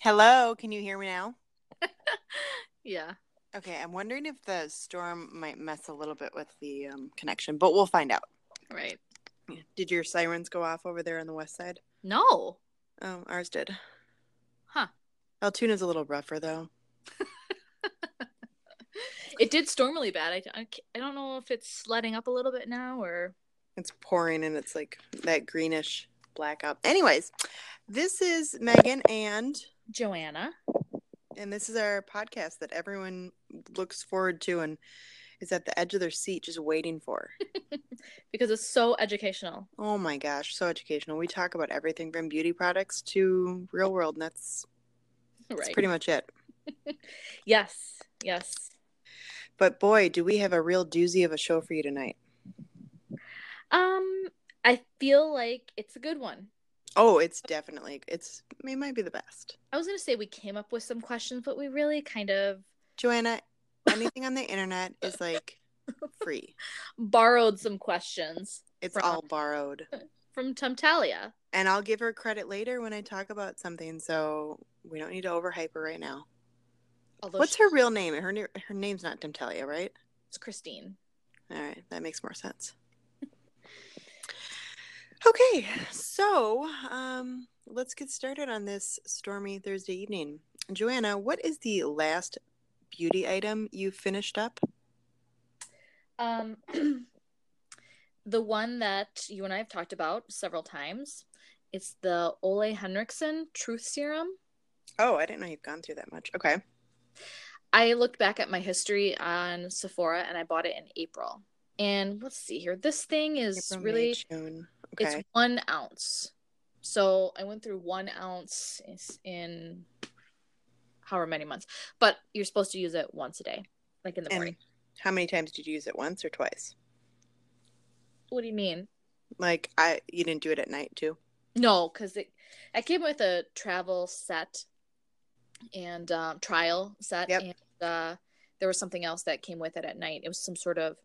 Hello, can you hear me now? Yeah. Okay, I'm wondering if the storm might mess a little bit with the um, connection, but we'll find out. Right. Did your sirens go off over there on the west side? No. Um, ours did. Huh. Altoona's a little rougher though. It did storm really bad. I, I, ca- I don't know if it's letting up a little bit now or. It's pouring and it's like that greenish black up. Anyways, this is Megan and Joanna. and this is our podcast that everyone looks forward to and is at the edge of their seat just waiting for. Because it's so educational. Oh my gosh, so educational. We talk about everything from beauty products to real world, and that's, Right. that's pretty much it. Yes. Yes. But boy, do we have a real doozy of a show for you tonight. Um, I feel like it's a good one. Oh, it's definitely it's it might be the best. I was gonna say we came up with some questions, but we really kind of Joanna, anything on the internet is like free. borrowed some questions It's Right. all borrowed. from Tumtalia. And I'll give her credit later when I talk about something, so we don't need to overhype her right now. Although What's she- her real name? Her ne- her name's not Dimtelia, right? It's Christine. All right, that makes more sense. Okay, so um, let's get started on this stormy Thursday evening. Joanna, what is the last beauty item you finished up? Um, the one that you and I have talked about several times. It's the Ole Henriksen Truth Serum. Oh, I didn't know you've gone through that much. Okay. I looked back at my history on Sephora and I bought it in April. And let's see here. This thing is April, May, really June. it's Okay. one ounce. So I went through one ounce is- in however many months. But you're supposed to use it once a day, like in the And morning. how many times did you use it? Once or twice? What do you mean? Like I, you didn't do it at night too. No, because it I came with a travel set and um, trial set, Yep. and uh, there was something else that came with it at night. It was some sort of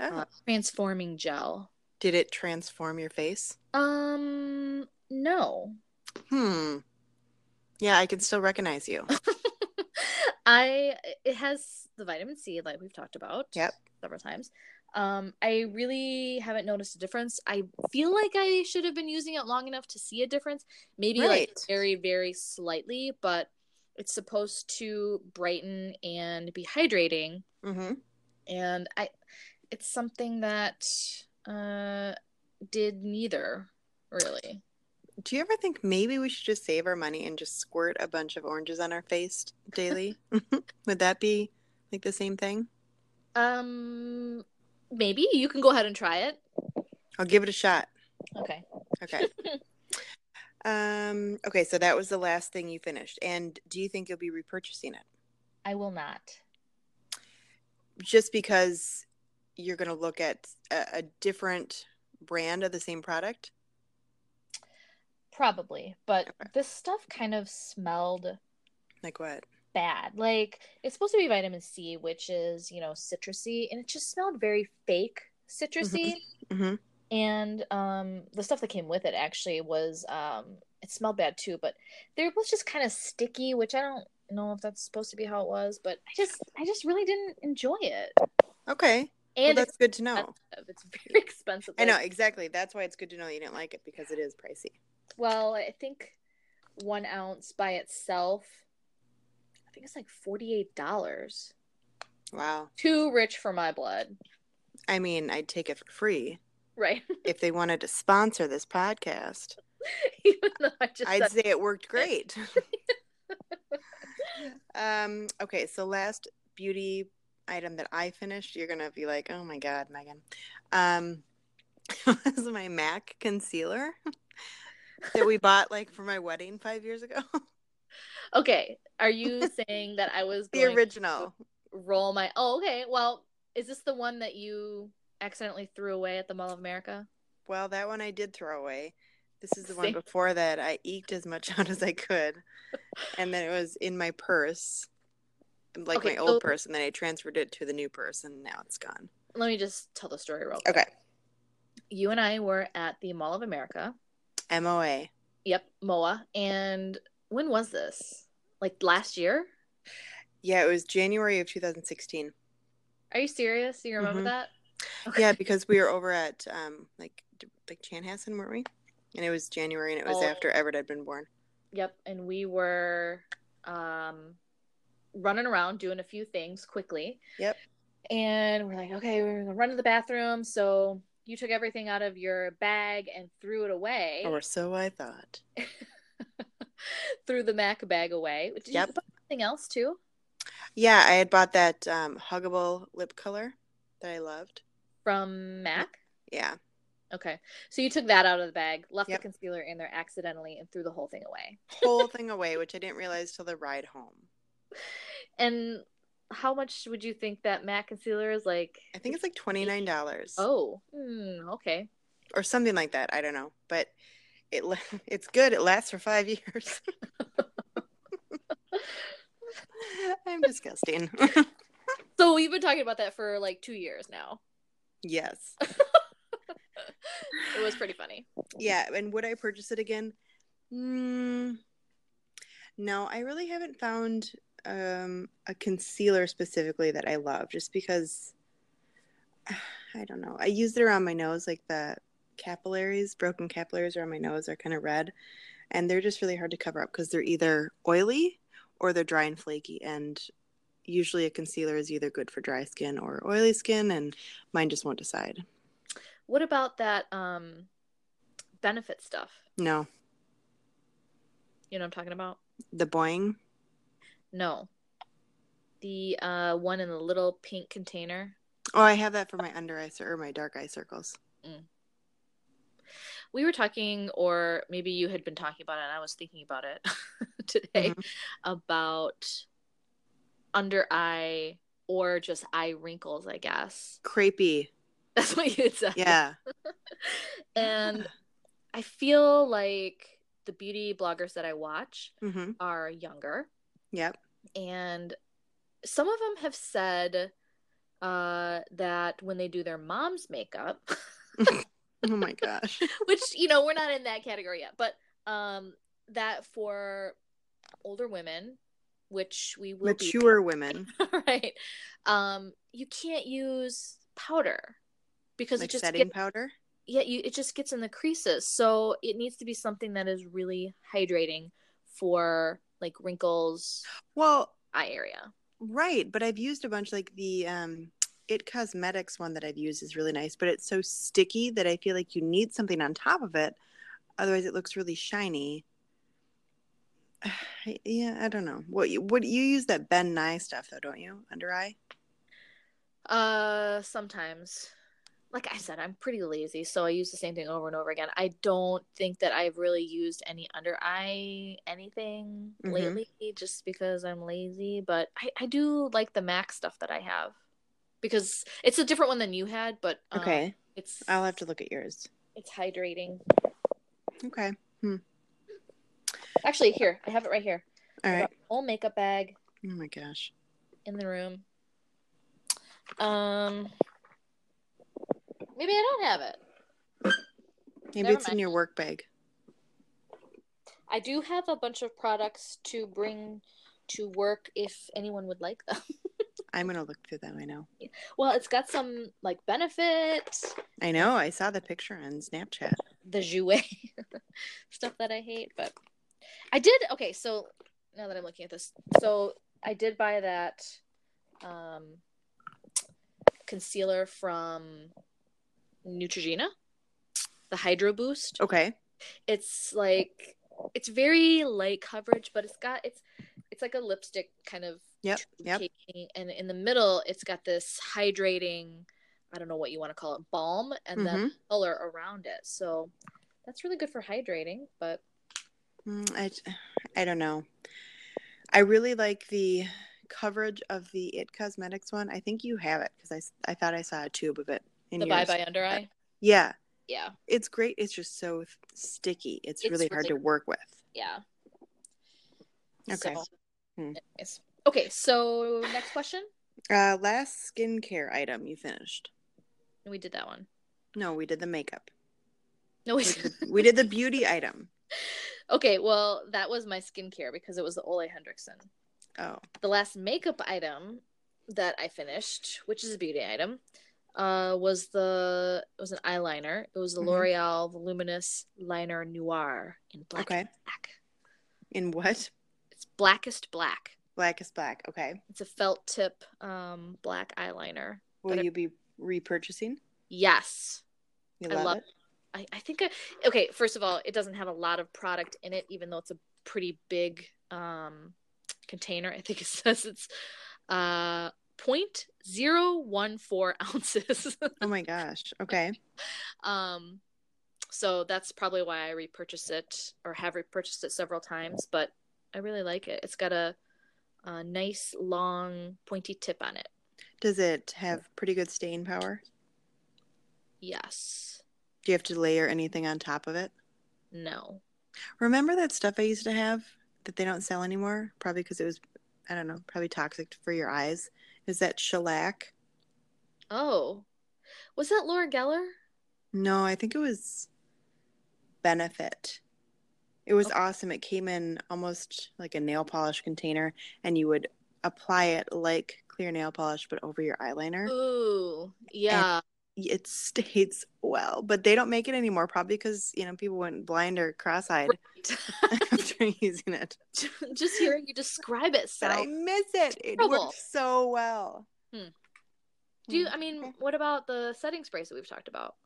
Oh. uh, transforming gel. Did it transform your face? Um, no, Hmm. Yeah, I can still recognize you. I it has the vitamin C like we've talked about Yep. several times. Um, I really haven't noticed a difference. I feel like I should have been using it long enough to see a difference. Maybe like Right. very, very slightly, but it's supposed to brighten and be hydrating. Mm-hmm. And I it's something that uh did neither really. Do you ever think maybe we should just save our money and just squirt a bunch of oranges on our face daily? Would that be like the same thing? Um maybe you can go ahead and try it. I'll give it a shot. Okay. Okay. um. Okay. So that was the last thing you finished, and do you think you'll be repurchasing it? I will not. Just because you're going to look at a, a different brand of the same product? Probably, but Okay. this stuff kind of smelled Like what? bad. Like it's supposed to be vitamin C, which is, you know, citrusy, and it just smelled very fake citrusy. Mm-hmm. And um the stuff that came with it actually was um it smelled bad too, but there was just kind of sticky, which I don't know if that's supposed to be how it was, but I just I just really didn't enjoy it. Okay. Well, And that's good to know. expensive. It's very expensive. I know Like, exactly. That's why it's good to know you didn't like it because it is pricey. Well, I think one ounce by itself, I think it's like forty eight dollars. Wow. too rich for my blood. I mean, I'd take it for free Right. if they wanted to sponsor this podcast. Even though I just I'd said, say it worked great. um, okay, so last beauty item that I finished, you're gonna be like, "Oh my god, Megan," um, was my Mac concealer that we bought like for my wedding five years ago. okay, are you saying that I was the going original. to roll my Oh, okay. Well, is this the one that you accidentally threw away at the Mall of America? Well, that one I did throw away. This is the one Same. before that I eked as much out as I could, and then it was in my purse, like Okay, my old so- purse, and then I transferred it to the new purse, and now it's gone. Let me just tell the story real quick. Okay, You and I were at the Mall of America. MOA. Yep, MOA. And when was this? Like last year? Yeah, it was January of 2016. Are you serious? You remember Mhm. that? Yeah, because we were over at um like like Chanhassen, weren't we? And it was January, and it was Oh. after Everett had been born. Yep, and we were um running around doing a few things quickly. Yep. And we're like, okay, we're gonna run to the bathroom. So you took everything out of your bag and threw it away. Or so I thought. threw the Mac bag away. Did Yep. you put something else too? Yeah, I had bought that um, huggable lip color that I loved. From Mac? Yeah, Okay. So you took that out of the bag, left Yep. the concealer in there accidentally, and threw the whole thing away. whole thing away, which I didn't realize till the ride home. And how much would you think that MAC concealer is like? I think it's like twenty nine dollars Oh, hmm, okay. or something like that. I don't know, but it la- it's good. It lasts for five years. I'm disgusting. So we've been talking about that for like two years now. yes. It was pretty funny. Yeah, and would I purchase it again? Mm, no, I really haven't found um, a concealer specifically that I love, just because I don't know. I used it around my nose, like the capillaries, broken capillaries around my nose are kind of red, and they're just really hard to cover up because they're either oily or they're dry and flaky, and usually a concealer is either good for dry skin or oily skin, and mine just won't decide. What about that um benefit stuff? No, You know what I'm talking about? the boing. No. The uh one in the little pink container. Oh, I have that for my under eye cir- or my dark eye circles. we were talking or maybe you had been talking about it and i was thinking about it today about under eye or just eye wrinkles i guess Crepey. that's what you had said Yeah. and i feel like the beauty bloggers that i watch hmm are younger Yep. and some of them have said uh, that when they do their mom's makeup Oh my gosh. which you know we're not in that category yet but um that for older women which we will Mature women. be right um you can't use powder because Like it just setting gets, powder. yeah you, it just gets in the creases so it needs to be something that is really hydrating for like wrinkles Well, eye area right. But I've used a bunch like the um it cosmetics one that I've used is really nice, but it's so sticky that I feel like you need something on top of it. Otherwise it looks really shiny. yeah, I don't know. What you what you use that Ben Nye stuff though, don't you? Under eye? Uh, sometimes. Like I said, I'm pretty lazy, so I use the same thing over and over again. I don't think that I've really used any under eye anything Mhm. lately just because I'm lazy, but I, I do like the MAC stuff that I have because it's a different one than you had, but um, Okay. it's Uh, I'll have to look at yours. it's hydrating. Okay. Actually, here, I have it right here. All I right. got my whole makeup bag Oh my gosh. in the room. Um, maybe I don't have it. Maybe Never it's in mind. your work bag. I do have a bunch of products to bring to work if anyone would like them. I'm gonna look through them. I know. Well, it's got some like benefit, I know. I saw the picture on Snapchat. the jouet stuff that I hate, but I did okay, so now that I'm looking at this. So I did buy that um concealer from Neutrogena, the Hydro Boost. Okay. it's like it's very light coverage but it's got it's it's like a lipstick kind of Yep, tube yep. cakey, and in the middle it's got this hydrating i don't know what you want to call it balm and Mm-hmm. then color around it so that's really good for hydrating but Mm, I, I don't know. I really like the coverage of the It Cosmetics one. I think you have it because I, s- I thought I saw a tube of it in the bye yours. bye under eye Yeah, yeah it's great. It's just so th- sticky. It's, It's really, hard to really- work with. yeah Okay. so, Hmm. anyways. okay so next question Uh, last skincare item you finished. we did that one No, we did the makeup. no we We did the beauty item. Okay, well, that was my skincare because it was the Ole Hendrickson. Oh, The last makeup item that I finished, which is a beauty item, uh, was the it was an eyeliner. It was the Mhm. L'Oreal Voluminous Liner Noir in black. okay. black. In what? It's blackest black. Black is black. Okay. It's a felt tip um, black eyeliner. Will Better- you be repurchasing? Yes. You I love, love it. I, I think I, okay first of all it doesn't have a lot of product in it even though it's a pretty big um container i think it says it's uh 0.014 ounces Oh my gosh. Okay. um so that's probably why i repurchased it or have repurchased it several times but i really like it it's got a, a nice long pointy tip on it Does it have pretty good staying power? yes Do you have to layer anything on top of it? no Remember that stuff I used to have that they don't sell anymore? Probably because it was, I don't know, probably toxic for your eyes. Is that shellac? oh was that laura geller No, I think it was Benefit. It Oh. was awesome. It came in almost like a nail polish container, and you would apply it like clear nail polish, but over your eyeliner. ooh yeah It stays well, but they don't make it anymore, probably because you know people went blind or cross-eyed after using it. just hearing you describe it But I sounds miss it. It Terrible. worked so well. Hmm. do you i Okay. mean what about the setting sprays that we've talked about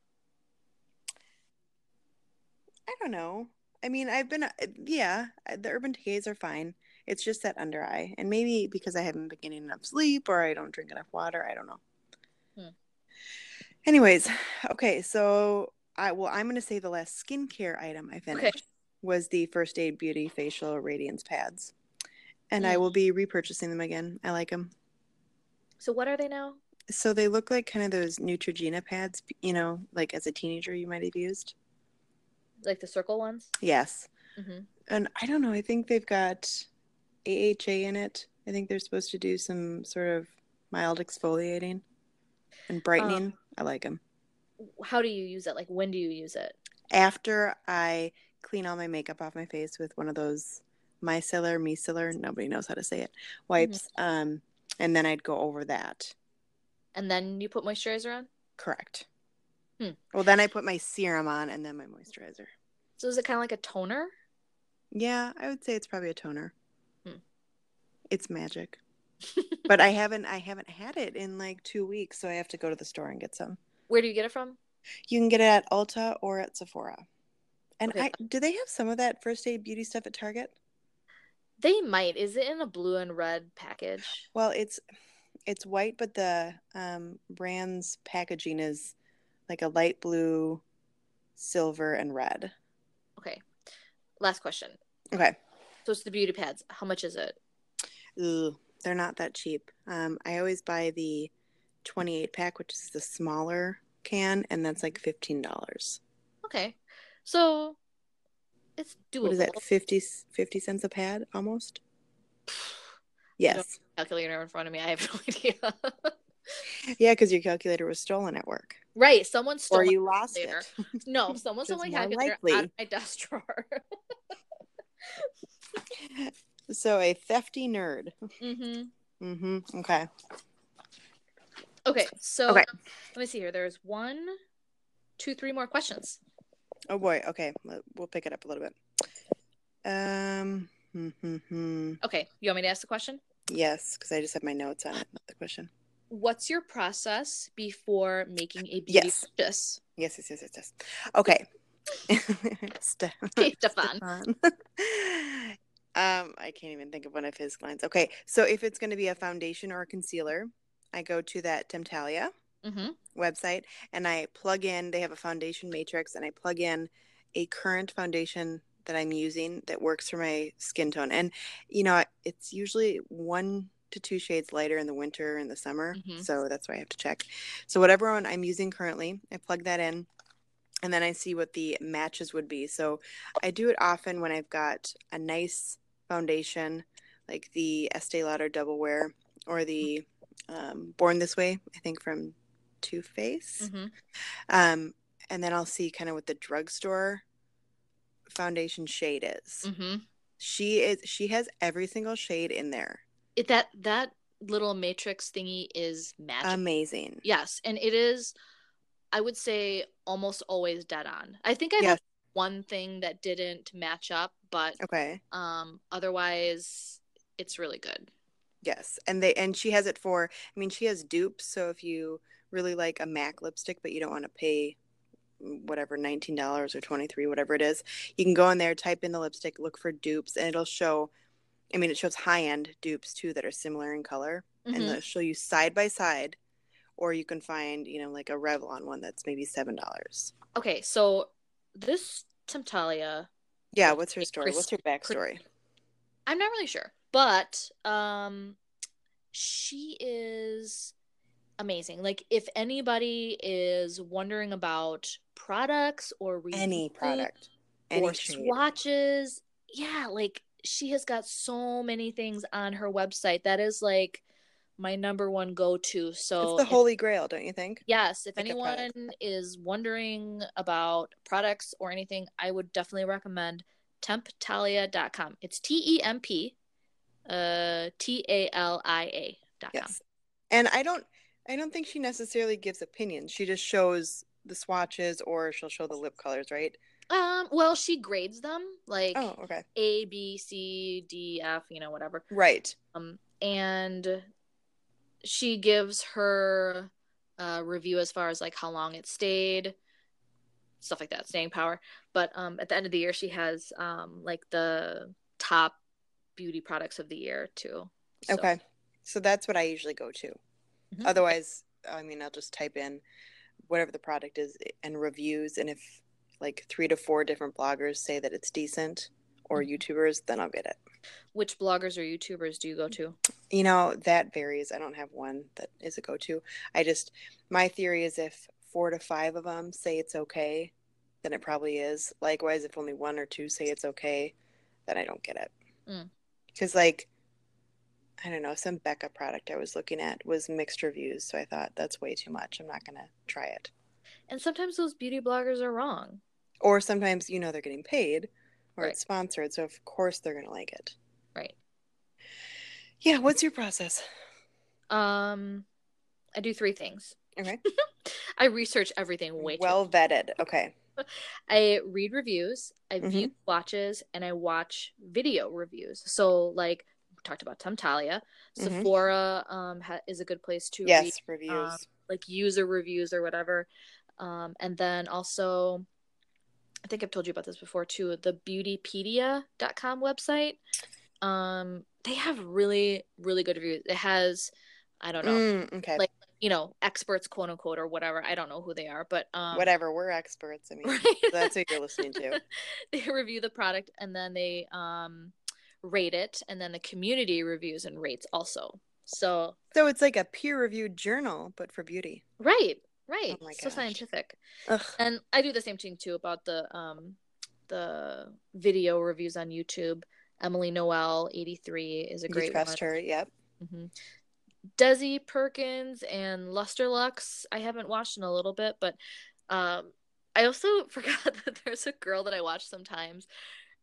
I don't know. I mean, I've been, uh, yeah, uh, the urban decays are fine. It's just that under eye. And maybe because I haven't been getting enough sleep or I don't drink enough water. I don't know. Hmm. Anyways, okay. So I, well, I'm going to say the last skincare item I finished was the First Aid Beauty Facial Radiance Pads. And I Hmm. will be repurchasing them again. I like them. so what are they now So they look like kind of those Neutrogena pads, you know, like as a teenager you might have used. like the circle ones Yes. hmm and I don't know. I think they've got AHA in it. I think they're supposed to do some sort of mild exfoliating and brightening. I like them. how do you use it like when do you use it After I clean all my makeup off my face with one of those micellar, micellar, nobody knows how to say it, wipes, um, and then I'd go over that. and then you put moisturizer on Correct. Hmm. Well, then I put my serum on and then my moisturizer. so is it kind of like a toner Yeah, I would say it's probably a toner. Hmm. It's magic. but I haven't I haven't had it in like 2 weeks, so I have to go to the store and get some. where do you get it from You can get it at Ulta or at Sephora. And Okay. I do they have some of that first aid beauty stuff at Target? they might is it in a blue and red package Well, it's it's white, but the um, brand's packaging is like a light blue, silver, and red. okay last question Okay. so it's the beauty pads how much is it Ooh, they're not that cheap. Um, I always buy the 28 pack, which is the smaller can, and that's like $15. okay so it's doable What is that, 50, 50 cents a pad almost? Yes. calculator in front of me i have no idea Yeah, because your calculator was stolen at work. Right. Someone stole or my you lost calculator. it. No, someone stole Which my is more calculator likely. out of my desk drawer. So a thefty nerd. hmm hmm Okay. Okay. So Okay. let me see here. There's one, two, three more questions. Oh boy. Okay. Let- We'll pick it up a little bit. Um. Mm-hmm. Okay. You want me to ask the question? Yes, because I just have my notes on it, not the question. What's your process before making a beauty Yes. purchase? Yes, yes, yes, yes, yes. Okay. Ste- Okay, Stefan. Stefan. um, I can't even think of one of his lines. Okay, so if it's going to be a foundation or a concealer, I go to that Temptalia hmm website and I plug in. They have a foundation matrix, and I plug in a current foundation that I'm using that works for my skin tone. And you know, it's usually one to two shades lighter in the winter and the summer, Mhm. so that's why I have to check. So whatever one I'm using currently, I plug that in. And then I see what the matches would be. So I do it often when I've got a nice foundation, like the Estee Lauder Double Wear or the um, Born This Way, I think from Too Faced. hmm Um, and then I'll see kind of what the drugstore foundation shade is. Mm-hmm. She is she has every single shade in there. It, that that little matrix thingy is magic. Amazing. Yes, and it is. I would say almost always dead on. I think I Yes. have one thing that didn't match up, but Okay. um, otherwise it's really good. Yes. And they and she has it for I mean she has dupes, so if you really like a MAC lipstick but you don't want to pay mm, whatever $19 or 23 whatever it is, you can go in there, type in the lipstick, look for dupes and it'll show I mean it shows high-end dupes too that are similar in color and Mhm. they'll show you side by side or you can find, you know, like a Revlon one that's maybe $7. okay, so this Temptalia, Yeah, what's her story? Chris- What's her backstory? I'm not really sure, but um, she is amazing. Like, if anybody is wondering about products or Any reviewing product. Any or shade. swatches, yeah, like she has got so many things on her website that is like my number one go to. So It's the if- holy grail, don't you think? Yes, if Like a anyone product. is wondering about products or anything, I would definitely recommend temptalia.com. It's T E M P uh T A L I A dot com. Yes. And I don't I don't think she necessarily gives opinions. She just shows the swatches or she'll show the lip colors, right? Um well, she grades them like Oh, okay. A B C D F, you know, whatever. Right. Um and she gives her uh review as far as like how long it stayed, stuff like that, staying power. But um, at the end of the year, she has um, like the top beauty products of the year too. So- Okay. So that's what I usually go to. Mhm. Otherwise, I mean, I'll just type in whatever the product is and reviews and if like 3 to 4 different bloggers say that it's decent or Mhm. YouTubers, then I'll get it. Which bloggers or YouTubers do you go to? You know, that varies. I don't have one that is a go to. I just, my theory is if four to five of them say it's okay, then it probably is. Likewise, if only one or two say it's okay, then I don't get it. Mm. Because, like, I don't know, some Becca product I was looking at was mixed reviews. So I thought that's way too much. I'm not going to try it. And sometimes those beauty bloggers are wrong. Or sometimes, you know, they're getting paid or Right. it's sponsored. So of course they're going to like it. Right. Yeah. What's your process? Um, I do three things. Okay. I research everything way too well vetted. Okay. I read reviews, I Mm-hmm. view watches, and I watch video reviews. So, like we talked about Temptalia, Mhm. Sephora um, ha- is a good place to read Yes. Reviews. like user reviews or whatever, um, and then also. I think I've told you about this before too. The beautypedia.com website. Um, they have really, really good reviews. It has, I don't know, Mm, okay. Like, you know, experts, quote unquote, or whatever. I don't know who they are, but um, Whatever. We're experts. I mean, that's what you're listening to. they review the product and then they um, rate it, and then the community reviews and rates also. So So it's like a peer reviewed journal, but for beauty. right, right, Oh my so gosh. scientific. Ugh. And I do the same thing too about the um, the video reviews on YouTube. Emily Noel eighty three is a You great trust one. her. Yep. hmm Desi Perkins and Luster Lux. I haven't watched in a little bit, but um, I also forgot that there's a girl that I watch sometimes.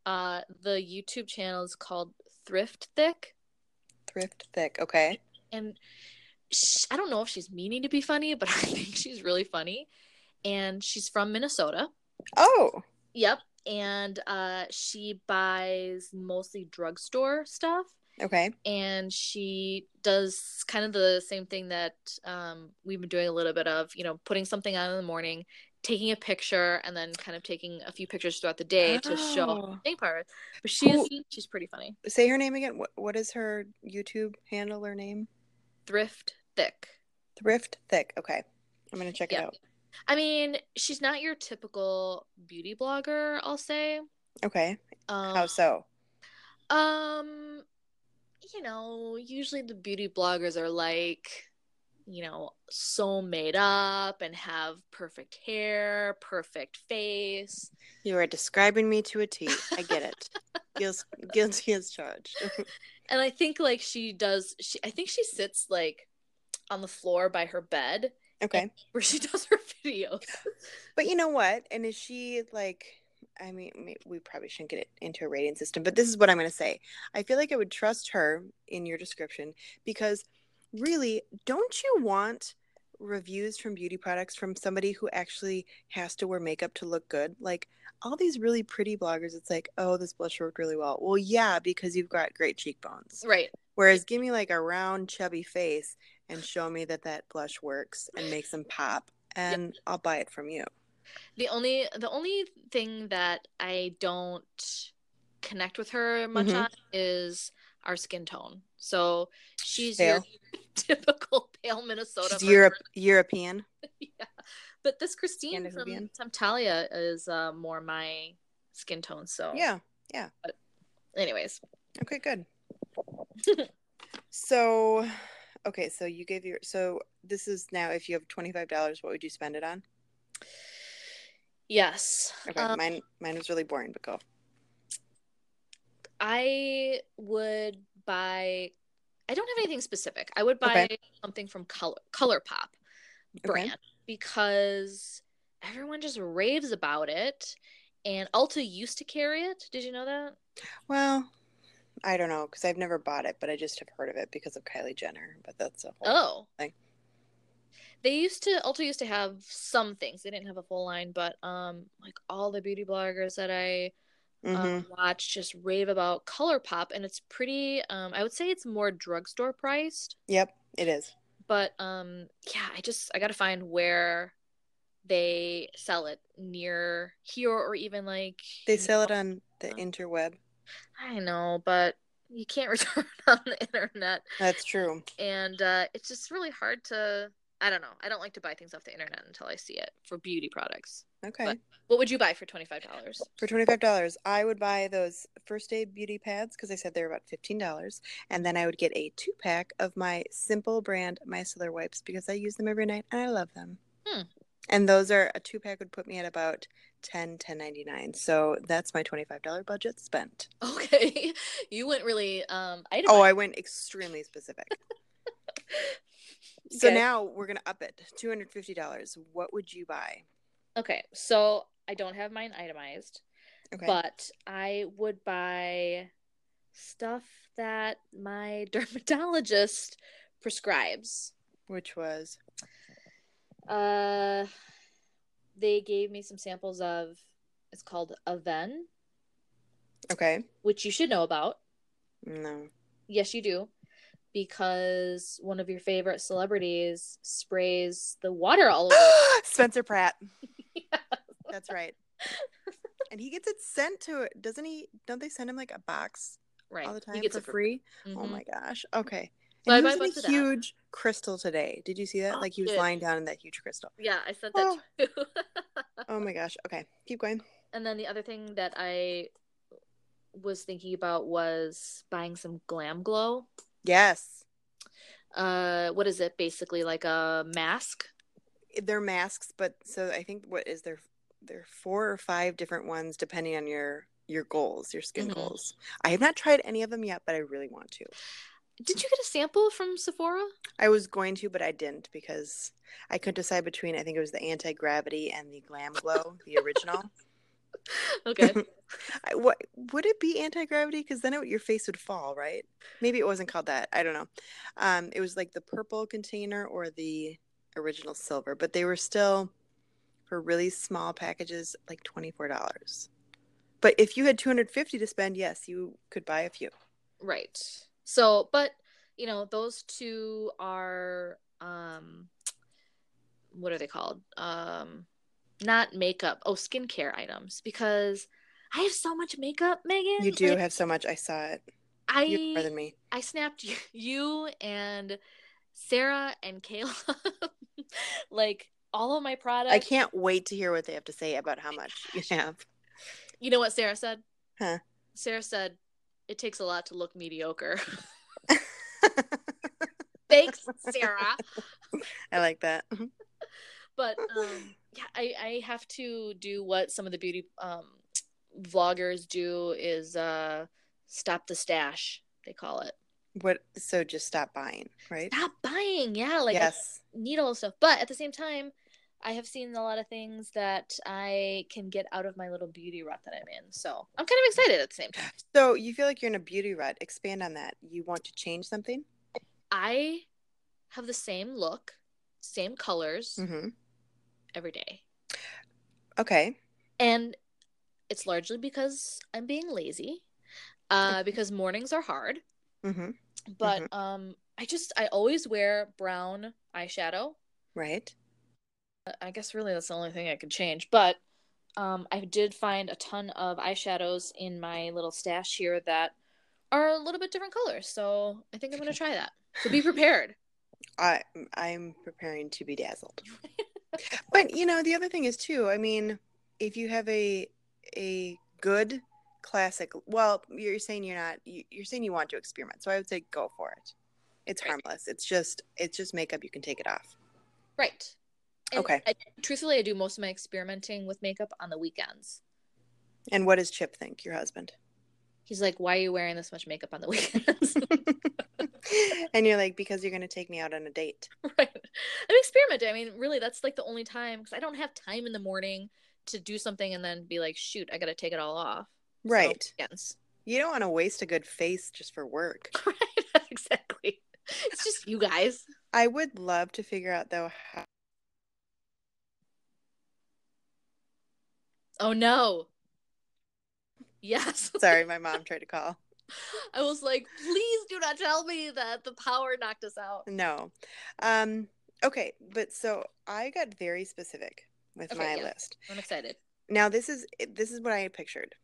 Uh, the YouTube channel is called Thrift Thick, Thrift thick. Okay. and sh I don't know if she's meaning to be funny, but I think she's really funny. And she's from Minnesota. Oh, Yep. And uh, she buys mostly drugstore stuff. okay. and she does kind of the same thing that um, we've been doing a little bit of you know putting something on in the morning taking a picture and then kind of taking a few pictures throughout the day to show Oh. thing part but she's Who- she's pretty funny Say her name again. What, what is her YouTube handle or name? thrift thick Thrift thick. Okay. I'm going to check it Yeah. out. i mean she's not your typical beauty blogger i'll say Okay. um, How so? um you know usually the beauty bloggers are like you know, so made up and have perfect hair, perfect face. You are describing me to a T. I get it. Guilty, guilty as charged. And I think like she does she I think she sits like on the floor by her bed okay. where she does her videos. But you know what? And is she like, I mean, may- we probably shouldn't get it into a rating system, but this is what I'm going to say. I feel like I would trust her in your description because really, don't you want reviews from beauty products from somebody who actually has to wear makeup to look good? Like all these really pretty bloggers, it's like, oh, this blush worked really well. Well, yeah, because you've got great cheekbones. Right. Whereas give me like a round, chubby face and show me that that blush works and makes them pop, and I'll buy it from you. The only the only thing that I don't connect with her much Mhm. on is our skin tone. So she's Pale. your typical pale Minnesota. She's person. Europe, European. yeah. But this Christine Scandinavian. from Temptalia is uh, more my skin tone. So Yeah. Anyways, Okay, good. so, okay, so you gave your so this is now if you have twenty five dollars, what would you spend it on? yes. Okay, Um, mine mine was really boring, but go. I would buy. I don't have anything specific. I would buy something from Color ColourPop brand because everyone just raves about it, and Ulta used to carry it. Did you know that? Well, I don't know because I've never bought it, but I just have heard of it because of Kylie Jenner. But that's a Oh. whole. Thing. They used to Ulta used to have some things. They didn't have a full line, but um like all the beauty bloggers that I Mhm. um, watch just rave about ColourPop and it's pretty um I would say it's more drugstore priced, Yep, it is. but um yeah, I just I got to find where they sell it near here or even like They sell it on the Oh. interweb. I know, but you can't return on the internet That's true. and uh, it's just really hard to i don't know i don't like to buy things off the internet until i see it for beauty products Okay, But- what would you buy for $25 for twenty five dollars, I would buy those first aid beauty pads because I said they're about fifteen dollars, and then I would get a two pack of my Simple brand micellar wipes because I use them every night and I love them. Hmm. And those are a two pack would put me at about ten ten ninety nine. So that's my twenty five dollar budget spent. okay you went really um i Oh, I went extremely specific. So Okay. now we're gonna up it two hundred fifty dollars. What would you buy? okay so i don't have mine itemized Okay. but i would buy stuff that my dermatologist prescribes Which was uh they gave me some samples of it's called aven okay. which you should know about No. Yes, you do. Because one of your favorite celebrities sprays the water all over. Spencer Pratt. That's right. And he gets it sent to it. Doesn't he? Don't they send him like a box right. all the time He gets for it for- free? Oh Mhm. my gosh. Okay. So I And buy a he bunch was of in that. a huge crystal today. Did you see that? Oh, Like he was good. lying down in that huge crystal. Yeah, I sent that too. Oh my gosh. Okay. Keep going. and then the other thing that I was thinking about was buying some glam glow. Yes. Uh what is it? Basically like a mask. They're masks, but so I think what is there there are four or five different ones depending on your your goals, your skin Mhm. goals. I have not tried any of them yet, but I really want to. Did you get a sample from Sephora? I was going to, but I didn't because I couldn't decide between. I think it was the anti gravity and the glam glow, the original. Okay. I, what would it be anti gravity? Because then it, your face would fall, right? Maybe it wasn't called that. I don't know. Um, it was like the purple container or the original silver, but they were still for really small packages, like twenty four dollars. But if you had two hundred fifty to spend, yes, you could buy a few. Right. So, but you know, those two are um what are they called? Um not makeup. Oh, skincare items because I have so much makeup, Megan. You do Like, have so much. I saw it. You have more I than me. I snapped you, you and Sarah and Kayla like all of my products. I can't wait to hear what they have to say about how much you have. You know what Sarah said? Huh. Sarah said it takes a lot to look mediocre. Thanks, Sarah. I like that. but um yeah i i have to do what some of the beauty um vloggers do is uh stop the stash they call it What? So just stop buying, right? stop buying yeah like yes. i need all this stuff but at the same time I have seen a lot of things that I can get out of my little beauty rut that I'm in. So I'm kind of excited at the same time. So you feel like you're in a beauty rut. Expand on that. You want to change something? I have the same look, same colors Mm-hmm. every day. Okay. And it's largely because I'm being lazy, uh, because mornings are hard. Mm-hmm. But um, I just, I always wear brown eyeshadow. Right. I guess really that's the only thing I could change. But um, I did find a ton of eyeshadows in my little stash here that are a little bit different colors. So I think I'm going to try that. So be prepared. I I'm preparing to be dazzled. but you know, the other thing is too. I mean, if you have a a good classic, well, you're saying you're not. you- You're saying you want to experiment. So I would say go for it. It's Right. harmless. It's just it's just makeup. You can take it off. Right. Okay. I, truthfully, I do most of my experimenting with makeup on the weekends. And what does Chip think, your husband? He's like, "Why are you wearing this much makeup on the weekends?" and you're like, because you're going to take me out on a date. right. I'm experimenting. I mean, really, that's like the only time because I don't have time in the morning to do something and then be like, "Shoot, I got to take it all off." So, Right. weekends. You don't want to waste a good face just for work. Right. exactly. It's just you guys. I would love to figure out though how Oh no. Yes. Sorry, my mom tried to call. I was like, please do not tell me that the power knocked us out. No. Um okay, but so I got very specific with Okay, my yeah. list. I'm excited. Now this is this is what I had pictured.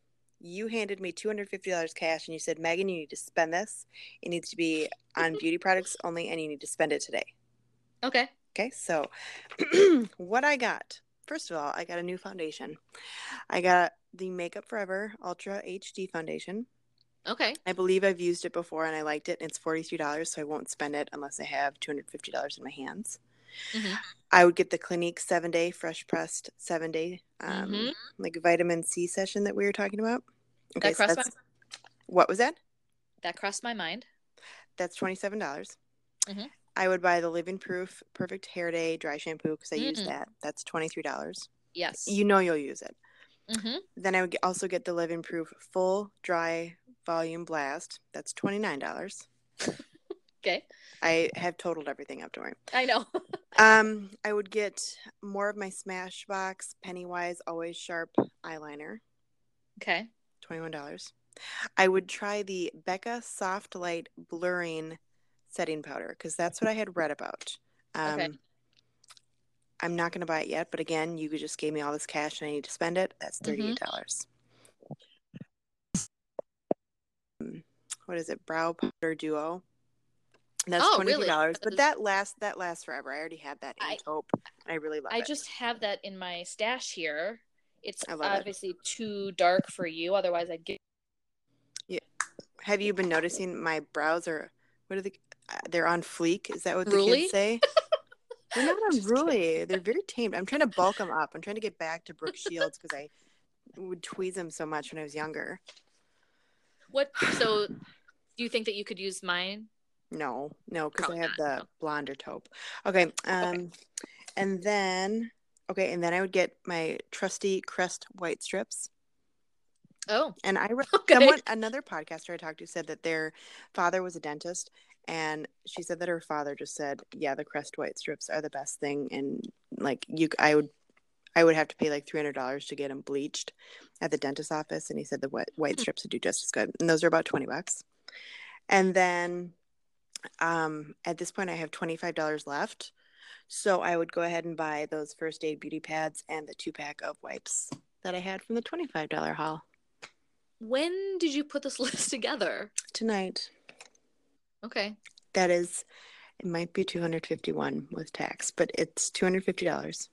You handed me $250 cash and you said, "Megan, you need to spend this. It needs to be on beauty products only and you need to spend it today." Okay. Okay, so what I got, first of all, I got a new foundation. I got the Makeup Forever Ultra HD Foundation. Okay. I believe I've used it before and I liked it. It's $43, so I won't spend it unless I have $250 in my hands. Mhm. I would get the Clinique seven day fresh pressed, seven day um, Mhm. like vitamin C session that we were talking about. Okay, so crossed that's, what was that? That crossed my mind. That's $27. dollars Mhm. I would buy the Living Proof Perfect Hair Day dry shampoo because I use Mm. that. That's $23. Yes. You know you'll use it. hmm Then I would also get the Living Proof Full Dry Volume Blast. That's twenty nine dollars. Okay. I have totaled everything up. Don't worry. I know. Um, I would get more of my Smashbox Pennywise Always Sharp eyeliner. Okay. Twenty one dollars. I would try the Becca Soft Light Blurring Setting Powder because that's what I had read about. Um, Okay. I'm not going to buy it yet, but again, you just gave me all this cash and I need to spend it. That's Mhm. thirty eight dollars. Um, What is it? Brow powder duo. That's Oh, twenty really? two dollars, but Because- that lasts that lasts forever. I already had that I- in taupe, and I really love I it. just have that in my stash here. It's I love it. obviously too dark for you. Otherwise, I'd get. Have you been noticing my brows are what are the uh, they're on fleek? Is that what the Ruly? kids say? They're not Just unruly. They're very tamed. I'm trying to bulk them up. I'm trying to get back to Brooke Shields because I would tweeze them so much when I was younger. What? So, do you think that you could use mine? No, no, because I Probably have not, the no. blonder taupe. Okay, um, and then okay, and then I would get my trusty Crest white strips. Oh, And I read okay. someone another podcaster I talked to said that their father was a dentist and she said that her father just said, "Yeah, the Crest white strips are the best thing and like you I would I would have to pay like $300 to get them bleached at the dentist's office and he said the white, white Hmm. strips would do just as good. And those are about 20 bucks. And then um at this point I have $25 left. So I would go ahead and buy those first aid beauty pads and the two pack of wipes that I had from the $25 haul When did you put this list together? tonight. Okay. That is, it might be 251 with tax, but it's $250.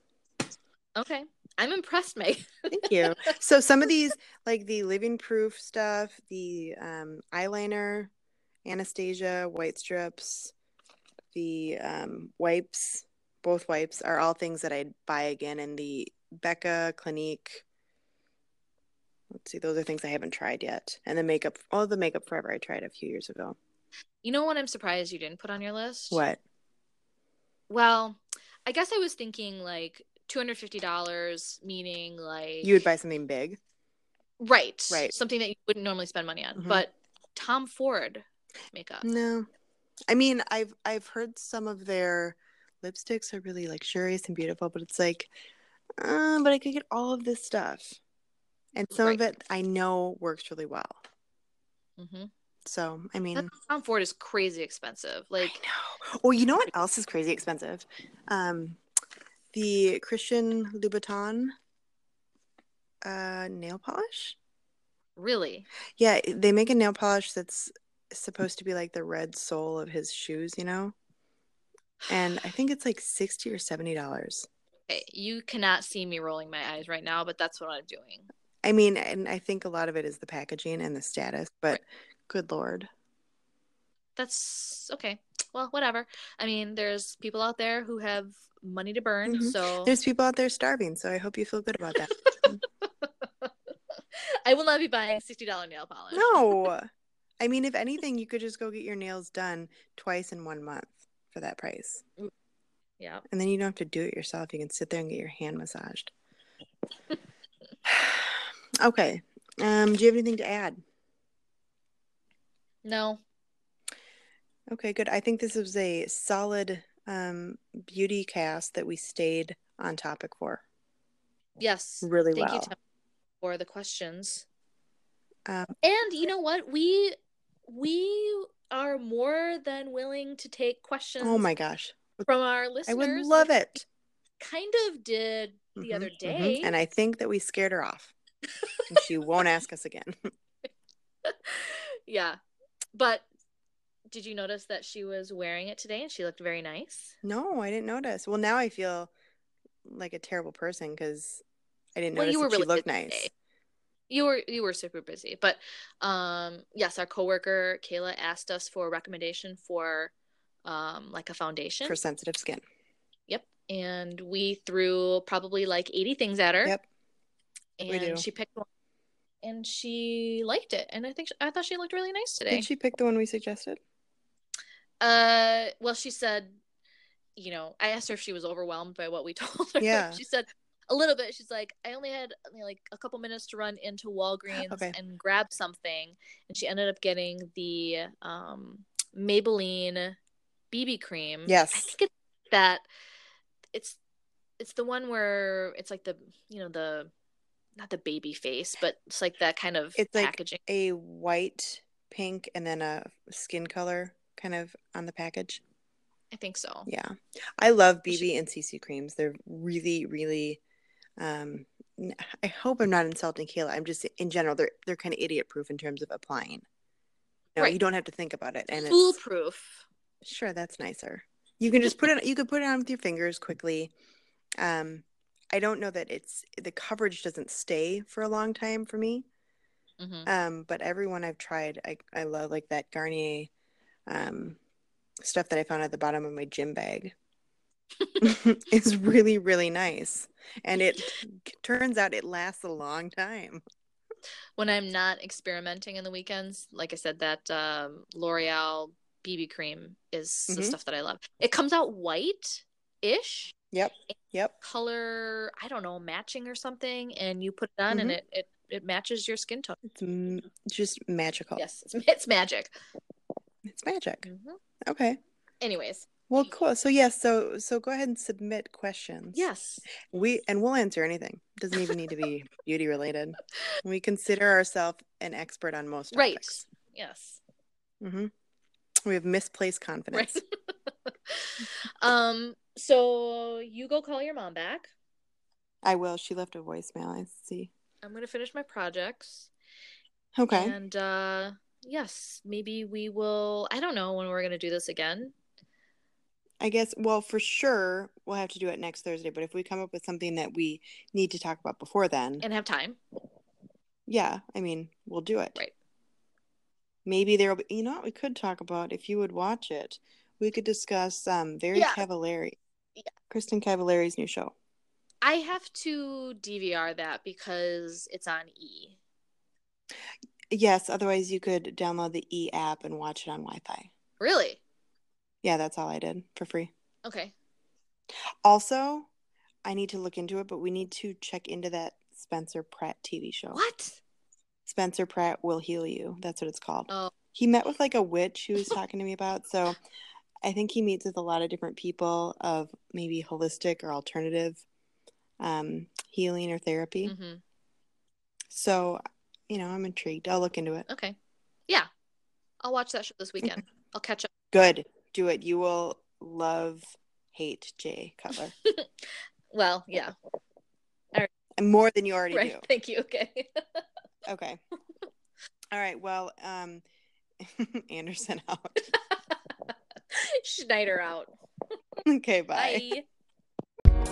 Okay. I'm impressed, Meg. Thank you. so some of these, like the living proof stuff, the um, eyeliner, Anastasia, white strips, the um, wipes, both wipes are all things that I'd buy again. And the Becca Clinique, let's see, those are things I haven't tried yet. And the makeup, all the makeup forever I tried a few years ago. You know what I'm surprised you didn't put on your list? What? Well, I guess I was thinking like two hundred fifty dollars, meaning like You would buy something big. right, Right. something that you wouldn't normally spend money on. Mhm. But Tom Ford makeup, No. I mean, I've I've heard some of their lipsticks are really luxurious and beautiful, but it's like, uh, but I could get all of this stuff. And some of it I know works really well. hmm So, I mean, Tom Ford is crazy expensive. Like I know. Well, you know what else is crazy expensive? Um, the Christian Louboutin uh, nail polish. really, Yeah, they make a nail polish that's supposed to be like the red sole of his shoes, you know. And I think it's like sixty or seventy dollars. Okay, eh, you cannot see me rolling my eyes right now, but that's what I'm doing. I mean, and I think a lot of it is the packaging and the status, but good lord. That's okay. Well, whatever. I mean, there's people out there who have money to burn, Mhm. so There's people out there starving, so I hope you feel good about that. I will not be buying sixty dollar nail polish. No. I mean, if anything, you could just go get your nails done twice in one month for that price. Yeah. And then you don't have to do it yourself. You can sit there and get your hand massaged. okay. Um, do you have anything to add? No. Okay, good. I think this was a solid um, beauty cast that we stayed on topic for Yes. really Thank well. you Tim, for the questions. Um, and you know what? We we are more than willing to take questions oh my gosh. from our listeners. I would love which it. we Kind of did the Mhm, other mhm. day. And I think that we scared her off. and she won't ask us again. yeah. But did you notice that she was wearing it today and she looked very nice? No, I didn't notice. Well, now I feel like a terrible person because I didn't Well, notice you that were really she looked busy nice. today. You were you were super busy. But um yes, our coworker Kayla asked us for a recommendation for um like a foundation. for sensitive skin. Yep. And we threw probably like 80 things at her. Yep. And we do. she picked one and she liked it. And I think I thought she looked really nice today. Did she pick the one we suggested? Uh, well, she said, you know, I asked her if she was overwhelmed by what we told her. Yeah. She said a little bit. She's like, I only had you know, like a couple minutes to run into Walgreens Okay. and grab something, and she ended up getting the um Maybelline BB cream. I Yes. think it's that it's it's the one where it's like the you know the not the baby face, but it's like that kind of It's like- packaging. A white, pink, and then a skin color kind of on the package. I think so. Yeah. I love BB and CC creams. They're really, really um n- I hope I'm not insulting Kayla. I'm just in general they're they're kind of idiot proof in terms of applying. No, Right. you don't have to think about it and it's Foolproof. Sure, that's nicer. You can just put it. You could put it on with your fingers quickly. Um, I don't know that it's the coverage doesn't stay for a long time for me. hmm Um, but everyone I've tried, I I love like that Garnier, um, stuff that I found at the bottom of my gym bag. It's really really nice, and it turns out it lasts a long time. when I'm not experimenting in the weekends, like I said, that um, L'Oreal BB cream is the Mhm. stuff that I love. It comes out white ish Yep. Yep. color, I don't know, matching or something, and you put it on and it, it it matches your skin tone. It's m- just magical. Yes, it's, it's magic. It's magic. Mhm. Okay. Anyways, Well, cool. So yes, so so go ahead and submit questions. yes, We and we'll answer anything. Doesn't even need to be beauty related. We consider ourselves an expert on most Right. topics. yes. Mm-hmm. hmm We have misplaced confidence. um, so you go call your mom back. I will. She left a voicemail. I see. I'm gonna finish my projects. Okay. And uh yes, maybe we will I don't know when we're going to do this again. I guess. Well, for sure, we'll have to do it next Thursday. But if we come up with something that we need to talk about before then, And have time. yeah, I mean, we'll do it. Right. Maybe there will be. You know what we could talk about if you would watch it. We could discuss um, very Yeah. Cavallari, Yeah. Kristen Cavallari's new show. I have to DVR that because it's on E. Yes, otherwise you could download the e app and watch it on Wi-Fi. Really? Yeah, that's all I did for free. Okay. Also, I need to look into it, but we need to check into that Spencer Pratt TV show. What? Spencer Pratt will heal you. That's what it's called. Oh. He met with like a witch who was talking to me about. So I think he meets with a lot of different people of maybe holistic or alternative um, healing or therapy. hmm So, you know, I'm intrigued. I'll look into it. Okay. Yeah. I'll watch that show this weekend. I'll catch up. Good. Do it. You will love, hate Jay Cutler Well, yeah. and more than you already Right. do. Thank you. Okay. Okay. All right. Well, um, Anderson out. Schneider out. Okay. Bye. Bye.